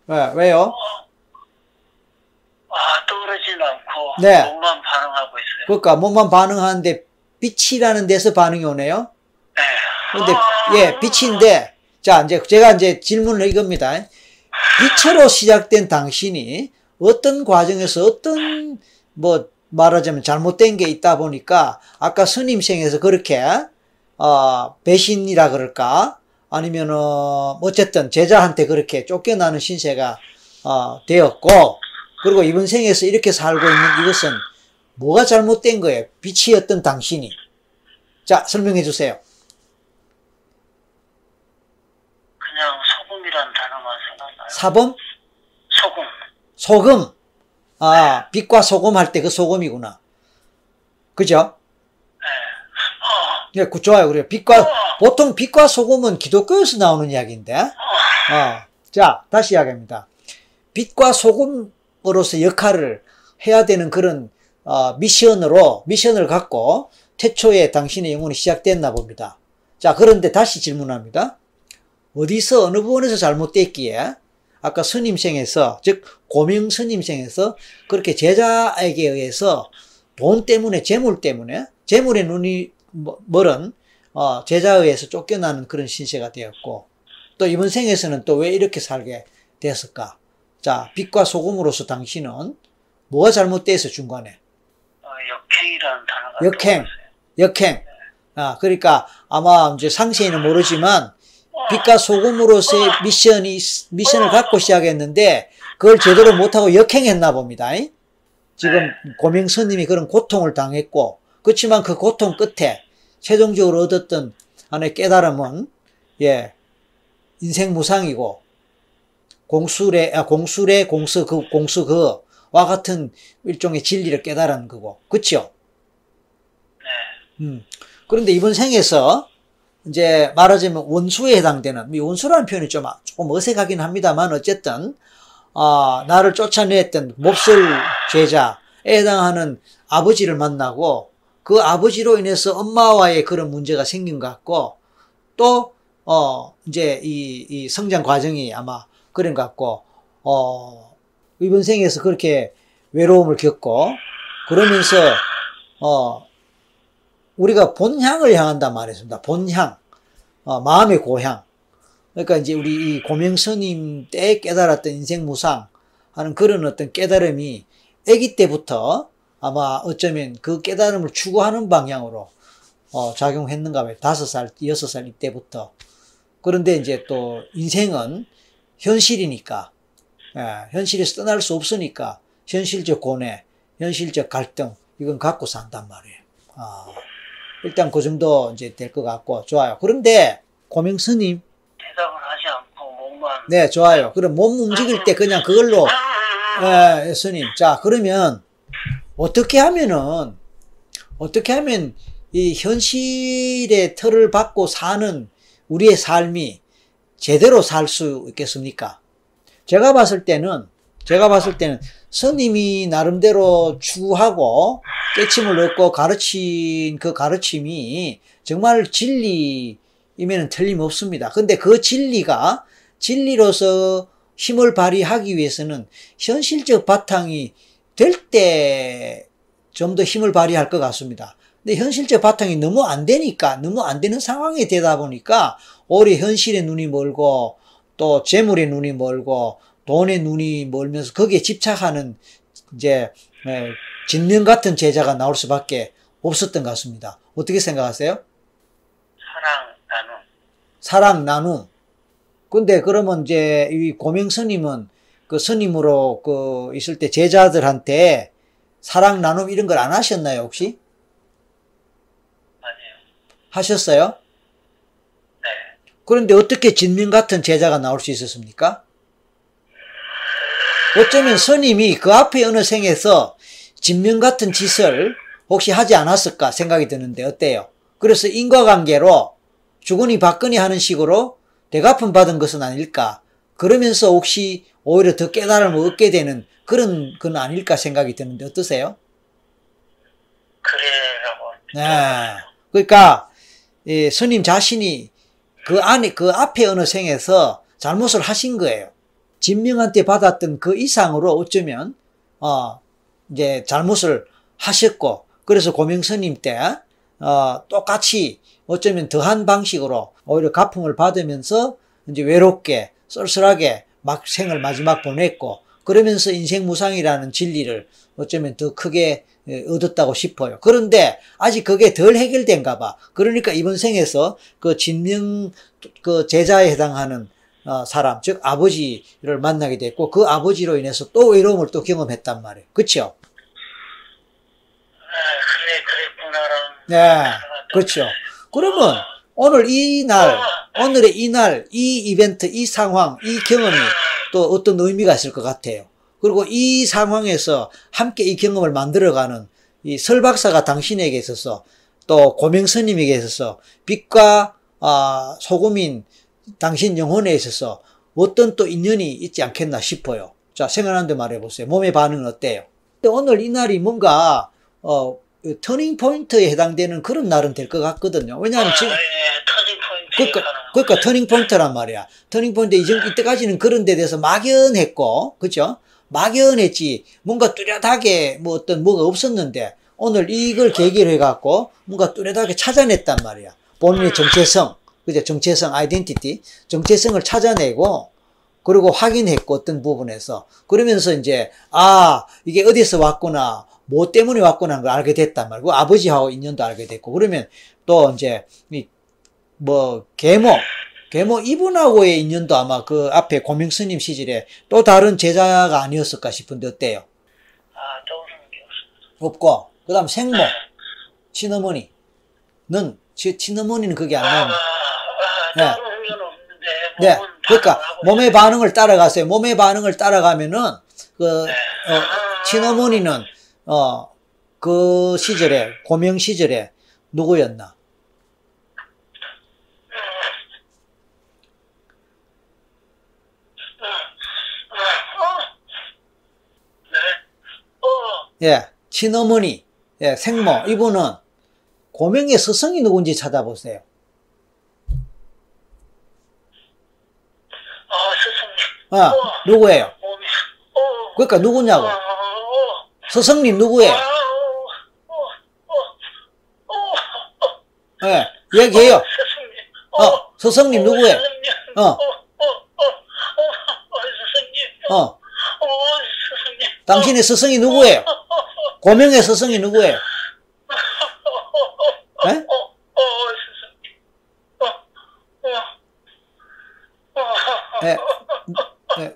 왜, 왜요? 아, 떠오르진 않고 네. 몸만 반응하고 있어요. 그러니까 몸만 반응하는데 빛이라는 데서 반응이 오네요. 네. 그, 아, 근데 예, 빛인데 자, 이제 제가 이제 질문을 이겁니다. 빛으로 시작된 당신이 어떤 과정에서 어떤 뭐 말하자면 잘못된 게 있다 보니까 아까 스님생에서 그렇게 어, 배신이라 그럴까 아니면 어, 어쨌든 제자한테 그렇게 쫓겨나는 신세가 어, 되었고 그리고 이번 생에서 이렇게 살고 있는 이것은 뭐가 잘못된 거예요? 빛이었던 당신이 자 설명해 주세요. 그냥 소금이란 단어만 생각나요. 사범 소금. 소금. 아, 빛과 소금 할 때 그 소금이구나. 그죠? 네. 어, 예, 그 좋아요. 그래요. 빛과, 보통 빛과 소금은 기독교에서 나오는 이야기인데, 어. 자, 다시 이야기합니다. 빛과 소금으로서 역할을 해야 되는 그런, 어, 미션으로, 미션을 갖고, 태초에 당신의 영혼이 시작됐나 봅니다. 자, 그런데 다시 질문합니다. 어디서, 어느 부분에서 잘못됐기에, 아까 스님생에서, 즉, 고명 스님생에서, 그렇게 제자에게 의해서, 돈 때문에, 재물 때문에, 재물의 눈이 멀- 멀은, 어, 제자에 의해서 쫓겨나는 그런 신세가 되었고, 또 이번 생에서는 또 왜 이렇게 살게 됐을까? 자, 빛과 소금으로서 당신은 뭐가 잘못돼서 중간에? 어, 역행이라는 단어가 역행. 떠올랐어요. 역행. 아, 그러니까 아마 이제 상세히는 모르지만 어, 빛과 소금으로서의 미션이, 미션을 갖고 시작했는데 그걸 제대로 못하고 역행했나 봅니다. 잉? 지금 고명선님이 그런 고통을 당했고 그렇지만 그 고통 끝에 최종적으로 얻었던 하나의 깨달음은 예, 인생 무상이고 공수래, 아, 공수래, 공수, 그, 공수, 그, 와 같은 일종의 진리를 깨달은 거고. 그치요? 네. 음. 그런데 이번 생에서 이제 말하자면 원수에 해당되는 이 원수라는 표현이 좀 아- 조금 어색하긴 합니다만 어쨌든 아 나를 쫓아냈던 몹쓸 제자에 해당하는 아버지를 만나고 그 아버지로 인해서 엄마와의 그런 문제가 생긴 것 같고 또 어 이제 이, 이 성장 과정이 아마 그런 것 같고 어 이번 생에서 그렇게 외로움을 겪고 그러면서 어 우리가 본향을 향한단 말이었습니다. 본향, 어, 마음의 고향. 그러니까 이제 우리 이 고명스님 때 깨달았던 인생 무상 하는 그런 어떤 깨달음이 아기 때부터 아마 어쩌면 그 깨달음을 추구하는 방향으로 어, 작용했는가 봐요. 다섯 살, 여섯 살 이때부터. 그런데 이제 또 인생은 현실이니까, 예, 현실에서 떠날 수 없으니까 현실적 고뇌, 현실적 갈등 이건 갖고 산단 말이에요. 아. 일단 그 정도 이제 될 것 같고 좋아요. 그런데 고명 스님, 대답을 하지 않고 몸만. 네 어. 좋아요. 그럼 몸 움직일 때 그냥 그걸로 아, 예, 스님. 자 그러면 어떻게 하면은 어떻게 하면 이 현실의 틀을 받고 사는 우리의 삶이 제대로 살 수 있겠습니까? 제가 봤을 때는 제가 봤을 때는 스님이 나름대로 추구하고 깨침을 얻고 가르친 그 가르침이 정말 진리이면 틀림없습니다. 근데 그 진리가 진리로서 힘을 발휘하기 위해서는 현실적 바탕이 될 때 좀 더 힘을 발휘할 것 같습니다. 근데 현실적 바탕이 너무 안 되니까, 너무 안 되는 상황이 되다 보니까 오히려 현실의 눈이 멀고 또 재물의 눈이 멀고 돈의 눈이 멀면서 거기에 집착하는 이제 에, 진명 같은 제자가 나올 수밖에 없었던 것 같습니다. 어떻게 생각하세요? 사랑, 나눔. 사랑 나눔. 근데 그러면 이제 이 고명 스님은 그 스님으로 그 있을 때 제자들한테 사랑 나눔 이런 걸 안 하셨나요 혹시? 아니에요. 하셨어요? 네. 그런데 어떻게 진명 같은 제자가 나올 수 있었습니까? 어쩌면 스님이 그 앞에 어느 생에서 진명 같은 짓을 혹시 하지 않았을까 생각이 드는데 어때요? 그래서 인과관계로 주거니 받거니 하는 식으로 대갚음 받은 것은 아닐까? 그러면서 혹시 오히려 더 깨달음을 얻게 되는 그런 건 아닐까 생각이 드는데 어떠세요? 그래라고. 네. 그러니까 예, 스님 자신이 그 안에 그 앞에 어느 생에서 잘못을 하신 거예요. 진명한테 받았던 그 이상으로 어쩌면 어 이제 잘못을 하셨고 그래서 고명 스님 때 어 똑같이 어쩌면 더한 방식으로 오히려 가품을 받으면서 이제 외롭게 쓸쓸하게 막 생을 마지막 보냈고 그러면서 인생 무상이라는 진리를 어쩌면 더 크게 예, 얻었다고 싶어요. 그런데 아직 그게 덜 해결된가 봐. 그러니까 이번 생에서 그 진명 그 제자에 해당하는 어, 사람 즉 아버지를 만나게 됐고 그 아버지로 인해서 또 외로움을 또 경험했단 말이에요. 그렇죠? 아, 그래, 그랬구나라는. 네. 그렇죠. 그러면 오늘 이 날, 오늘의 이 날, 이 이벤트, 이 상황, 이 경험이 또 어떤 의미가 있을 것 같아요. 그리고 이 상황에서 함께 이 경험을 만들어가는 이 설 박사가 당신에게 있어서 또 고명 스님에게 있어서 빛과 아, 소금인 당신 영혼에 있어서 어떤 또 인연이 있지 않겠나 싶어요. 자, 생각하는데 말해보세요. 몸의 반응은 어때요? 근데 오늘 이 날이 뭔가 어, 터닝 포인트에 해당되는 그런 날은 될 것 같거든요. 왜냐하면 지금 아, 예, 터닝 포인트. 그러니까, 그러니까 터닝 포인트란 말이야. 터닝 포인트 이제 이때까지는 그런 데 대해서 막연했고, 그죠? 막연했지. 뭔가 뚜렷하게 뭐 어떤 뭐가 없었는데 오늘 이걸 계기로 해갖고 뭔가 뚜렷하게 찾아냈단 말이야. 본인의 정체성, 그죠? 정체성, 아이덴티티, 정체성을 찾아내고 그리고 확인했고 어떤 부분에서 그러면서 이제 아 이게 어디서 왔구나. 뭐 때문에 왔구나 하는 걸 알게 됐단 말이고 아버지하고 인연도 알게 됐고 그러면 또 이제 이 뭐 계모 계모 이분하고의 인연도 아마 그 앞에 고명 스님 시절에 또 다른 제자가 아니었을까 싶은데 어때요? 아, 떠오르는 게 없어. 없고 그다음 생모 친어머니는 지- 친어머니는 그게 안 아, 아, 나오네. 아, 네. 떠오르는 건 없는데. 네, 몸은 그러니까 반응하고 몸의 반응을 따라가세요. 몸의 반응을 따라가면은 그 네. 아, 어, 친어머니는 어 그 시절에 고명 시절에 누구였나? 응, 응, 아, 어. 네. 어. 예, 친어머니, 예, 생모, 이분은 고명의 스승이 누군지 찾아보세요. 아, 스승님. 아, 누구예요? 몸이. 어. 그러니까 누구냐고. 아, 어. 스승님 누구예요? 아, 어. 어. 어. 어. 어. 예, 얘기해요. 스승님. 어, 스승님 누구예요? 어. 어. 어, 어, 어, 어, 스승님. 어, 어, 스승님. 당신의 스승이 누구예요? 고명의 스승이 누구예요? 예? 어, 어, 스승님. 어, 어, 어. 예, 예,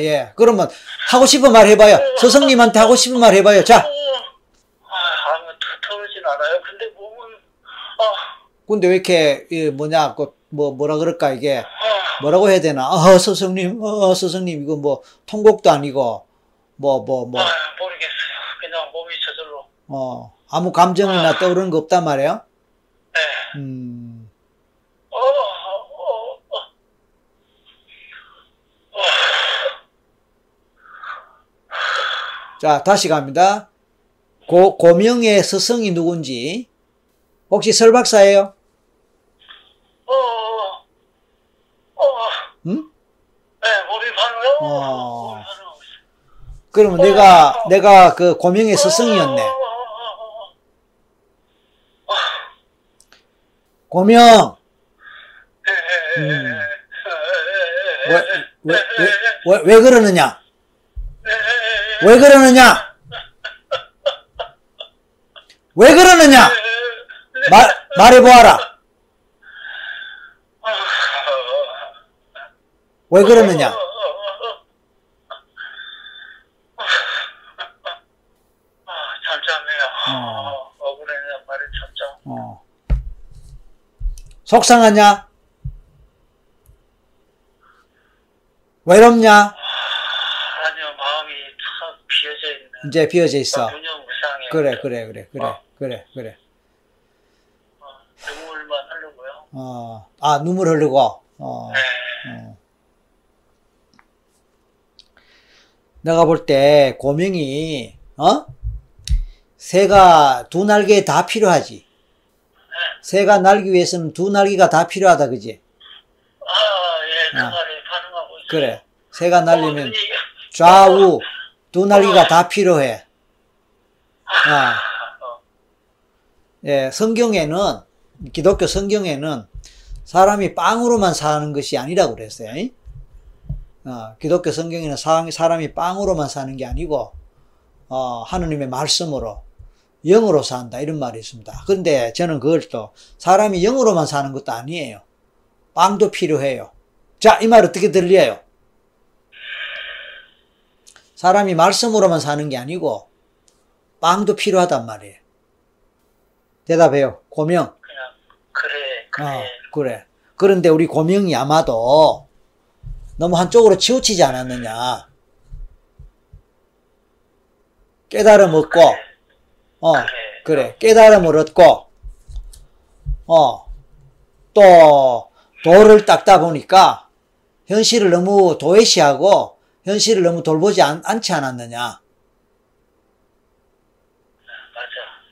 예, 예. 그러면 하고 싶은 말 해봐요. 스승님한테 하고 싶은 말 해봐요. 자, 아, 아무 두터우진 않아요. 근데 몸은 아, 근데 왜 이렇게 이 뭐냐, 그, 뭐 뭐라 그럴까 이게 아, 뭐라고 해야 되나? 아, 스승님, 어, 스승님 이거 뭐 통곡도 아니고 뭐 뭐 뭐. 아, 모르겠어요. 그냥 몸이 저절로. 어, 아무 감정이나 떠오르는 거 없단 말이에요? 네. 음, 어, 어, 어, 어. 자, 다시 갑니다. 고, 고명의 스승이 누군지, 혹시 설박사예요? 어, 어, 어. 응? 네, 몸이 반응해요. 어. 몸이 반응하고 있어요. 그러면 내가, 내가 그 고명의 스승이었네. 어, 어, 어, 어. 고명! 예, 예, 예, 예, 음. 예, 예, 예, 왜, 예, 왜, 예, 예, 왜, 왜, 왜 그러느냐? 예, 예, 예, 왜 그러느냐? 왜 그러느냐? 예, 예. 말, 말해보아라. 아, 어, 어. 왜 그러느냐? 아, 잠잠해요. 어. 어. 억울해요. 말이 잠잠. 어. 속상하냐? 외롭냐? 아니요, 마음이 참 비어져 있는. 이제 비어져 있어. 전혀 무상해. 그래, 그래, 그래, 그래, 어. 그래, 그래. 어, 눈물만 흐르고요. 어, 아, 눈물 흐르고, 어, 네. 어. 내가 볼 때 고명이 어 새가 두 날개 다 필요하지. 네. 새가 날기 위해서는 두 날개가 다 필요하다 그지? 아, 예, 그 아. 말을 가능하고 있어요. 그래. 새가 날리면 네. 어머니, 좌우 두 날개가 다 필요해. 아. 어, 예, 성경에는 기독교 성경에는 사람이 빵으로만 사는 것이 아니라고 그랬어요. 잉? 어, 기독교 성경에는 사- 사람이 빵으로만 사는 게 아니고 어, 하느님의 말씀으로 영으로 산다 이런 말이 있습니다. 그런데 저는 그걸 또 사람이 영으로만 사는 것도 아니에요. 빵도 필요해요. 자, 이 말 어떻게 들려요? 사람이 말씀으로만 사는 게 아니고 빵도 필요하단 말이에요. 대답해요. 고명. 그냥 그래, 그래. 어, 그래. 그런데 우리 고명이 아마도 너무 한쪽으로 치우치지 않았느냐. 깨달음 얻고, 어, 그래. 그래. 깨달음을 얻고, 어, 또, 도를 닦다 보니까, 현실을 너무 도외시하고, 현실을 너무 돌보지 않, 않지 않았느냐. 맞아.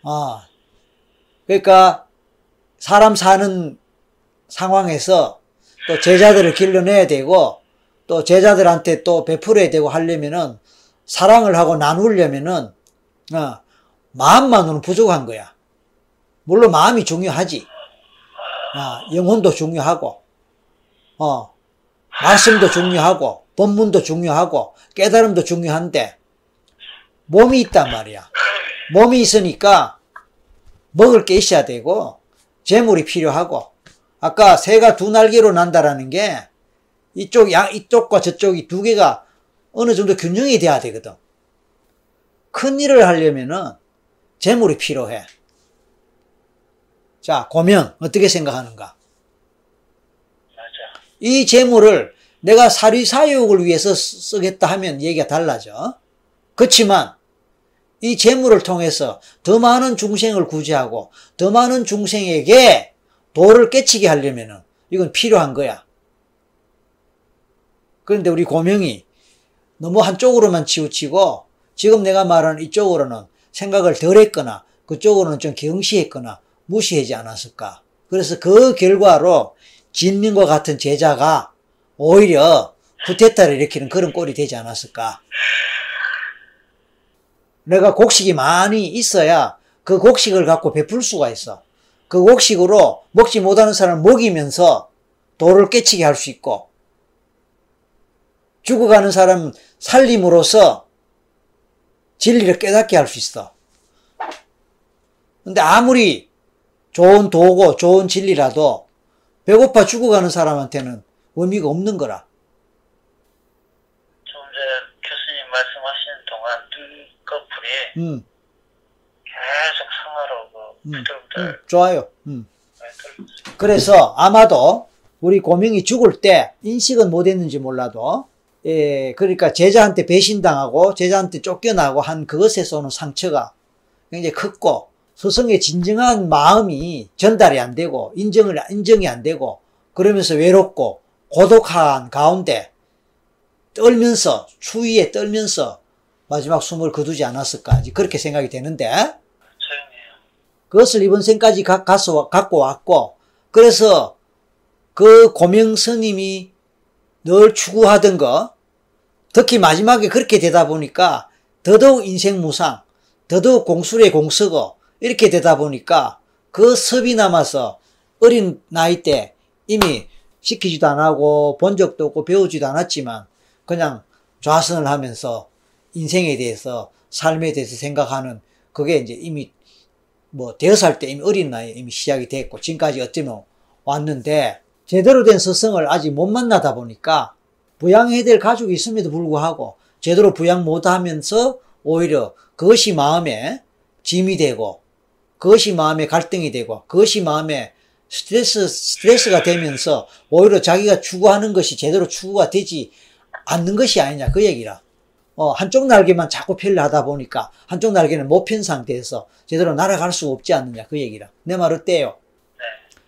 아, 그러니까 사람 사는 상황에서 또 제자들을 길러내야 되고 또 제자들한테 또 베풀어야 되고 하려면은 사랑을 하고 나누려면은 어, 마음만으로는 부족한 거야. 물론 마음이 중요하지. 아, 영혼도 중요하고, 어, 말씀도 중요하고, 법문도 중요하고, 깨달음도 중요한데, 몸이 있단 말이야. 몸이 있으니까 먹을 게 있어야 되고 재물이 필요하고 아까 새가 두 날개로 난다라는 게 이쪽 양 이쪽과 저쪽이 두 개가 어느 정도 균형이 돼야 되거든. 큰 일을 하려면은 재물이 필요해. 자, 고명 어떻게 생각하는가? 맞아. 이 재물을 내가 사리사욕을 위해서 쓰- 쓰겠다 하면 얘기가 달라져. 그렇지만 이 재물을 통해서 더 많은 중생을 구제하고 더 많은 중생에게 도를 깨치게 하려면은 이건 필요한 거야. 그런데 우리 고명이 너무 한쪽으로만 치우치고 지금 내가 말하는 이쪽으로는 생각을 덜 했거나 그쪽으로는 좀 경시했거나 무시하지 않았을까. 그래서 그 결과로 진민과 같은 제자가 오히려 쿠데타를 일으키는 그런 꼴이 되지 않았을까. 내가 곡식이 많이 있어야 그 곡식을 갖고 베풀 수가 있어. 그 곡식으로 먹지 못하는 사람을 먹이면서 도를 깨치게 할 수 있고, 죽어가는 사람 살림으로써 진리를 깨닫게 할 수 있어. 근데 아무리 좋은 도고 좋은 진리라도 배고파 죽어가는 사람한테는 의미가 없는 거라. 좀 전에 교수님 말씀하시는 동안 눈꺼풀이 음, 계속 상하로 그 음, 음, 부들부들 좋아요. 음. 음. 그래서 아마도 우리 고명이 죽을 때 인식은 못했는지 몰라도 예, 그러니까 제자한테 배신당하고 제자한테 쫓겨나고 한 그것에서 오는 상처가 굉장히 컸고 스승의 진정한 마음이 전달이 안 되고 인정을 인정이 안 되고 그러면서 외롭고 고독한 가운데 떨면서 추위에 떨면서 마지막 숨을 거두지 않았을까 그렇게 생각이 되는데 조용해요. 그것을 이번 생까지 가, 가서, 갖고 왔고, 그래서 그 고명 스님이 늘 추구하던 거, 특히 마지막에 그렇게 되다 보니까, 더더욱 인생 무상, 더더욱 공술의 공서고, 이렇게 되다 보니까, 그 섭이 남아서 어린 나이 때 이미 시키지도 안 하고, 본 적도 없고, 배우지도 않았지만, 그냥 좌선을 하면서 인생에 대해서, 삶에 대해서 생각하는 그게 이제 이미 뭐 대여섯 살 때 이미 어린 나이에 이미 시작이 됐고 지금까지 어쩌면 왔는데 제대로 된 스승을 아직 못 만나다 보니까 부양해야 될 가족이 있음에도 불구하고 제대로 부양 못하면서 오히려 그것이 마음에 짐이 되고 그것이 마음에 갈등이 되고 그것이 마음에 스트레스 스트레스가 되면서 오히려 자기가 추구하는 것이 제대로 추구가 되지 않는 것이 아니냐 그 얘기라. 어, 한쪽 날개만 자꾸 펴려 하다 보니까 한쪽 날개는 못 편 상태에서 제대로 날아갈 수 없지 않느냐 그 얘기라 내 말 어때요? 네.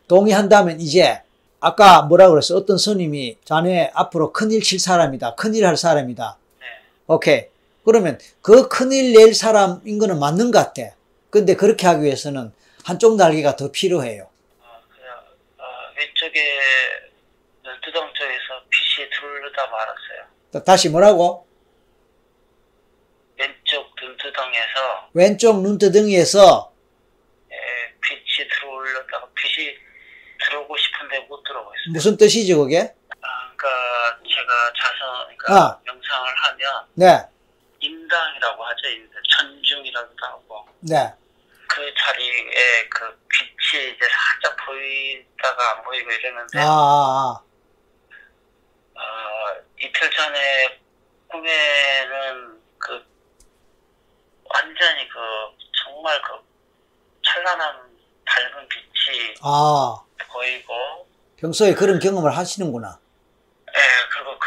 동의한다면 이제 아까 뭐라 그랬어 어떤 스님이 자네 앞으로 큰일 칠 사람이다 큰일 할 사람이다 오케이. 그러면 그 큰일 낼 사람인 거는 맞는 것 같아. 근데 그렇게 하기 위해서는 한쪽 날개가 더 필요해요. 어, 그냥 어, 위쪽에 열두덩 쪽에서 빛이 들르다 말았어요. 또 다시 뭐라고? 왼쪽 눈두덩에서 왼쪽 눈두덩이에서 예, 빛이 들어올려다가 빛이 들어오고 싶은데 못 들어오고 있어요. 무슨 뜻이지 그게? 아, 그러니까 제가 자서 그러니까 아. 명상을 하면 네, 인당이라고 하죠. 인당, 천중이라고도 하고 네, 그 자리에 그 빛이 이제 살짝 보이다가 안 보이고 이러는데 아, 아, 아. 어, 이틀 전에 꿈에는 그 완전히 그 정말 그 찬란한 밝은 빛이 아, 보이고 평소에 그런 경험을 하시는구나. 예 그리고 그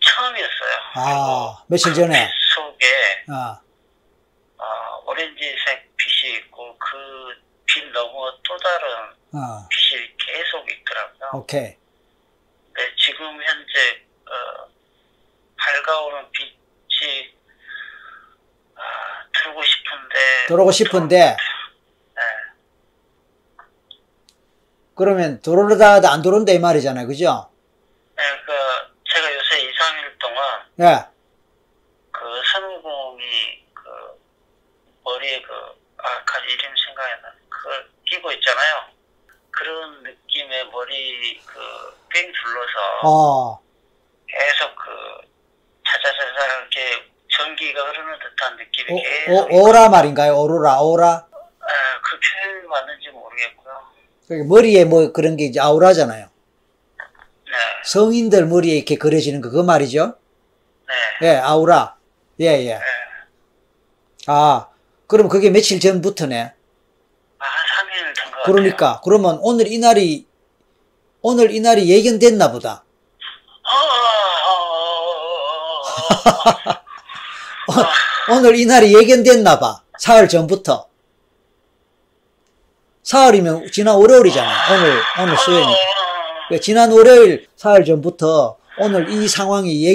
처음이었어요. 그 아, 며칠 전에. 빛 속에 아, 어, 오렌지색 빛이 있고 그 빛 너머 또 다른 아, 빛이 계속 있더라고요. 오케이. 근데 지금 현재 어, 밝아오는 빛이 아, 들고 싶은데 들어오고 싶은데, 네. 그러면 들어오다 하다 안 들어온다 이 말이잖아요. 그죠? 네, 그 제가 요새 2, 3일 동안 예, 네, 그 손오공이 그 머리에 그 아까 이름 생각이 안 나네. 그걸 끼고 있잖아요. 그런 느낌의 머리 그빙 둘러서 어, 계속 그 자자자자 이렇게 전기가 흐르는 듯한 느낌이 오, 계속 어, 오, 오라 말인가요? 오로라, 오라? 예, 그 표현이 맞는지 모르겠고요. 그게 머리에 뭐 그런 게 이제 아우라잖아요. 네, 성인들 머리에 이렇게 그려지는 거, 그 말이죠? 네. 예, 아우라. 예, 예. 아, 그럼 그게 며칠 전부터네. 아, 한 3일 된 것 같아요. 그러니까, 그러면 오늘 이날이, 오늘 이날이 예견됐나 보다. 아, 아, 아, [LAUGHS] 아, 아, 아. 오늘 이날이 예견됐나 봐. 사흘 전부터. 사흘이면 지난 월요일이잖아. 네, 어, 오늘, 그러니까 오늘 수요일. 아, 아, 아. 지난 월요일 사흘 전부터 오늘 이 상황이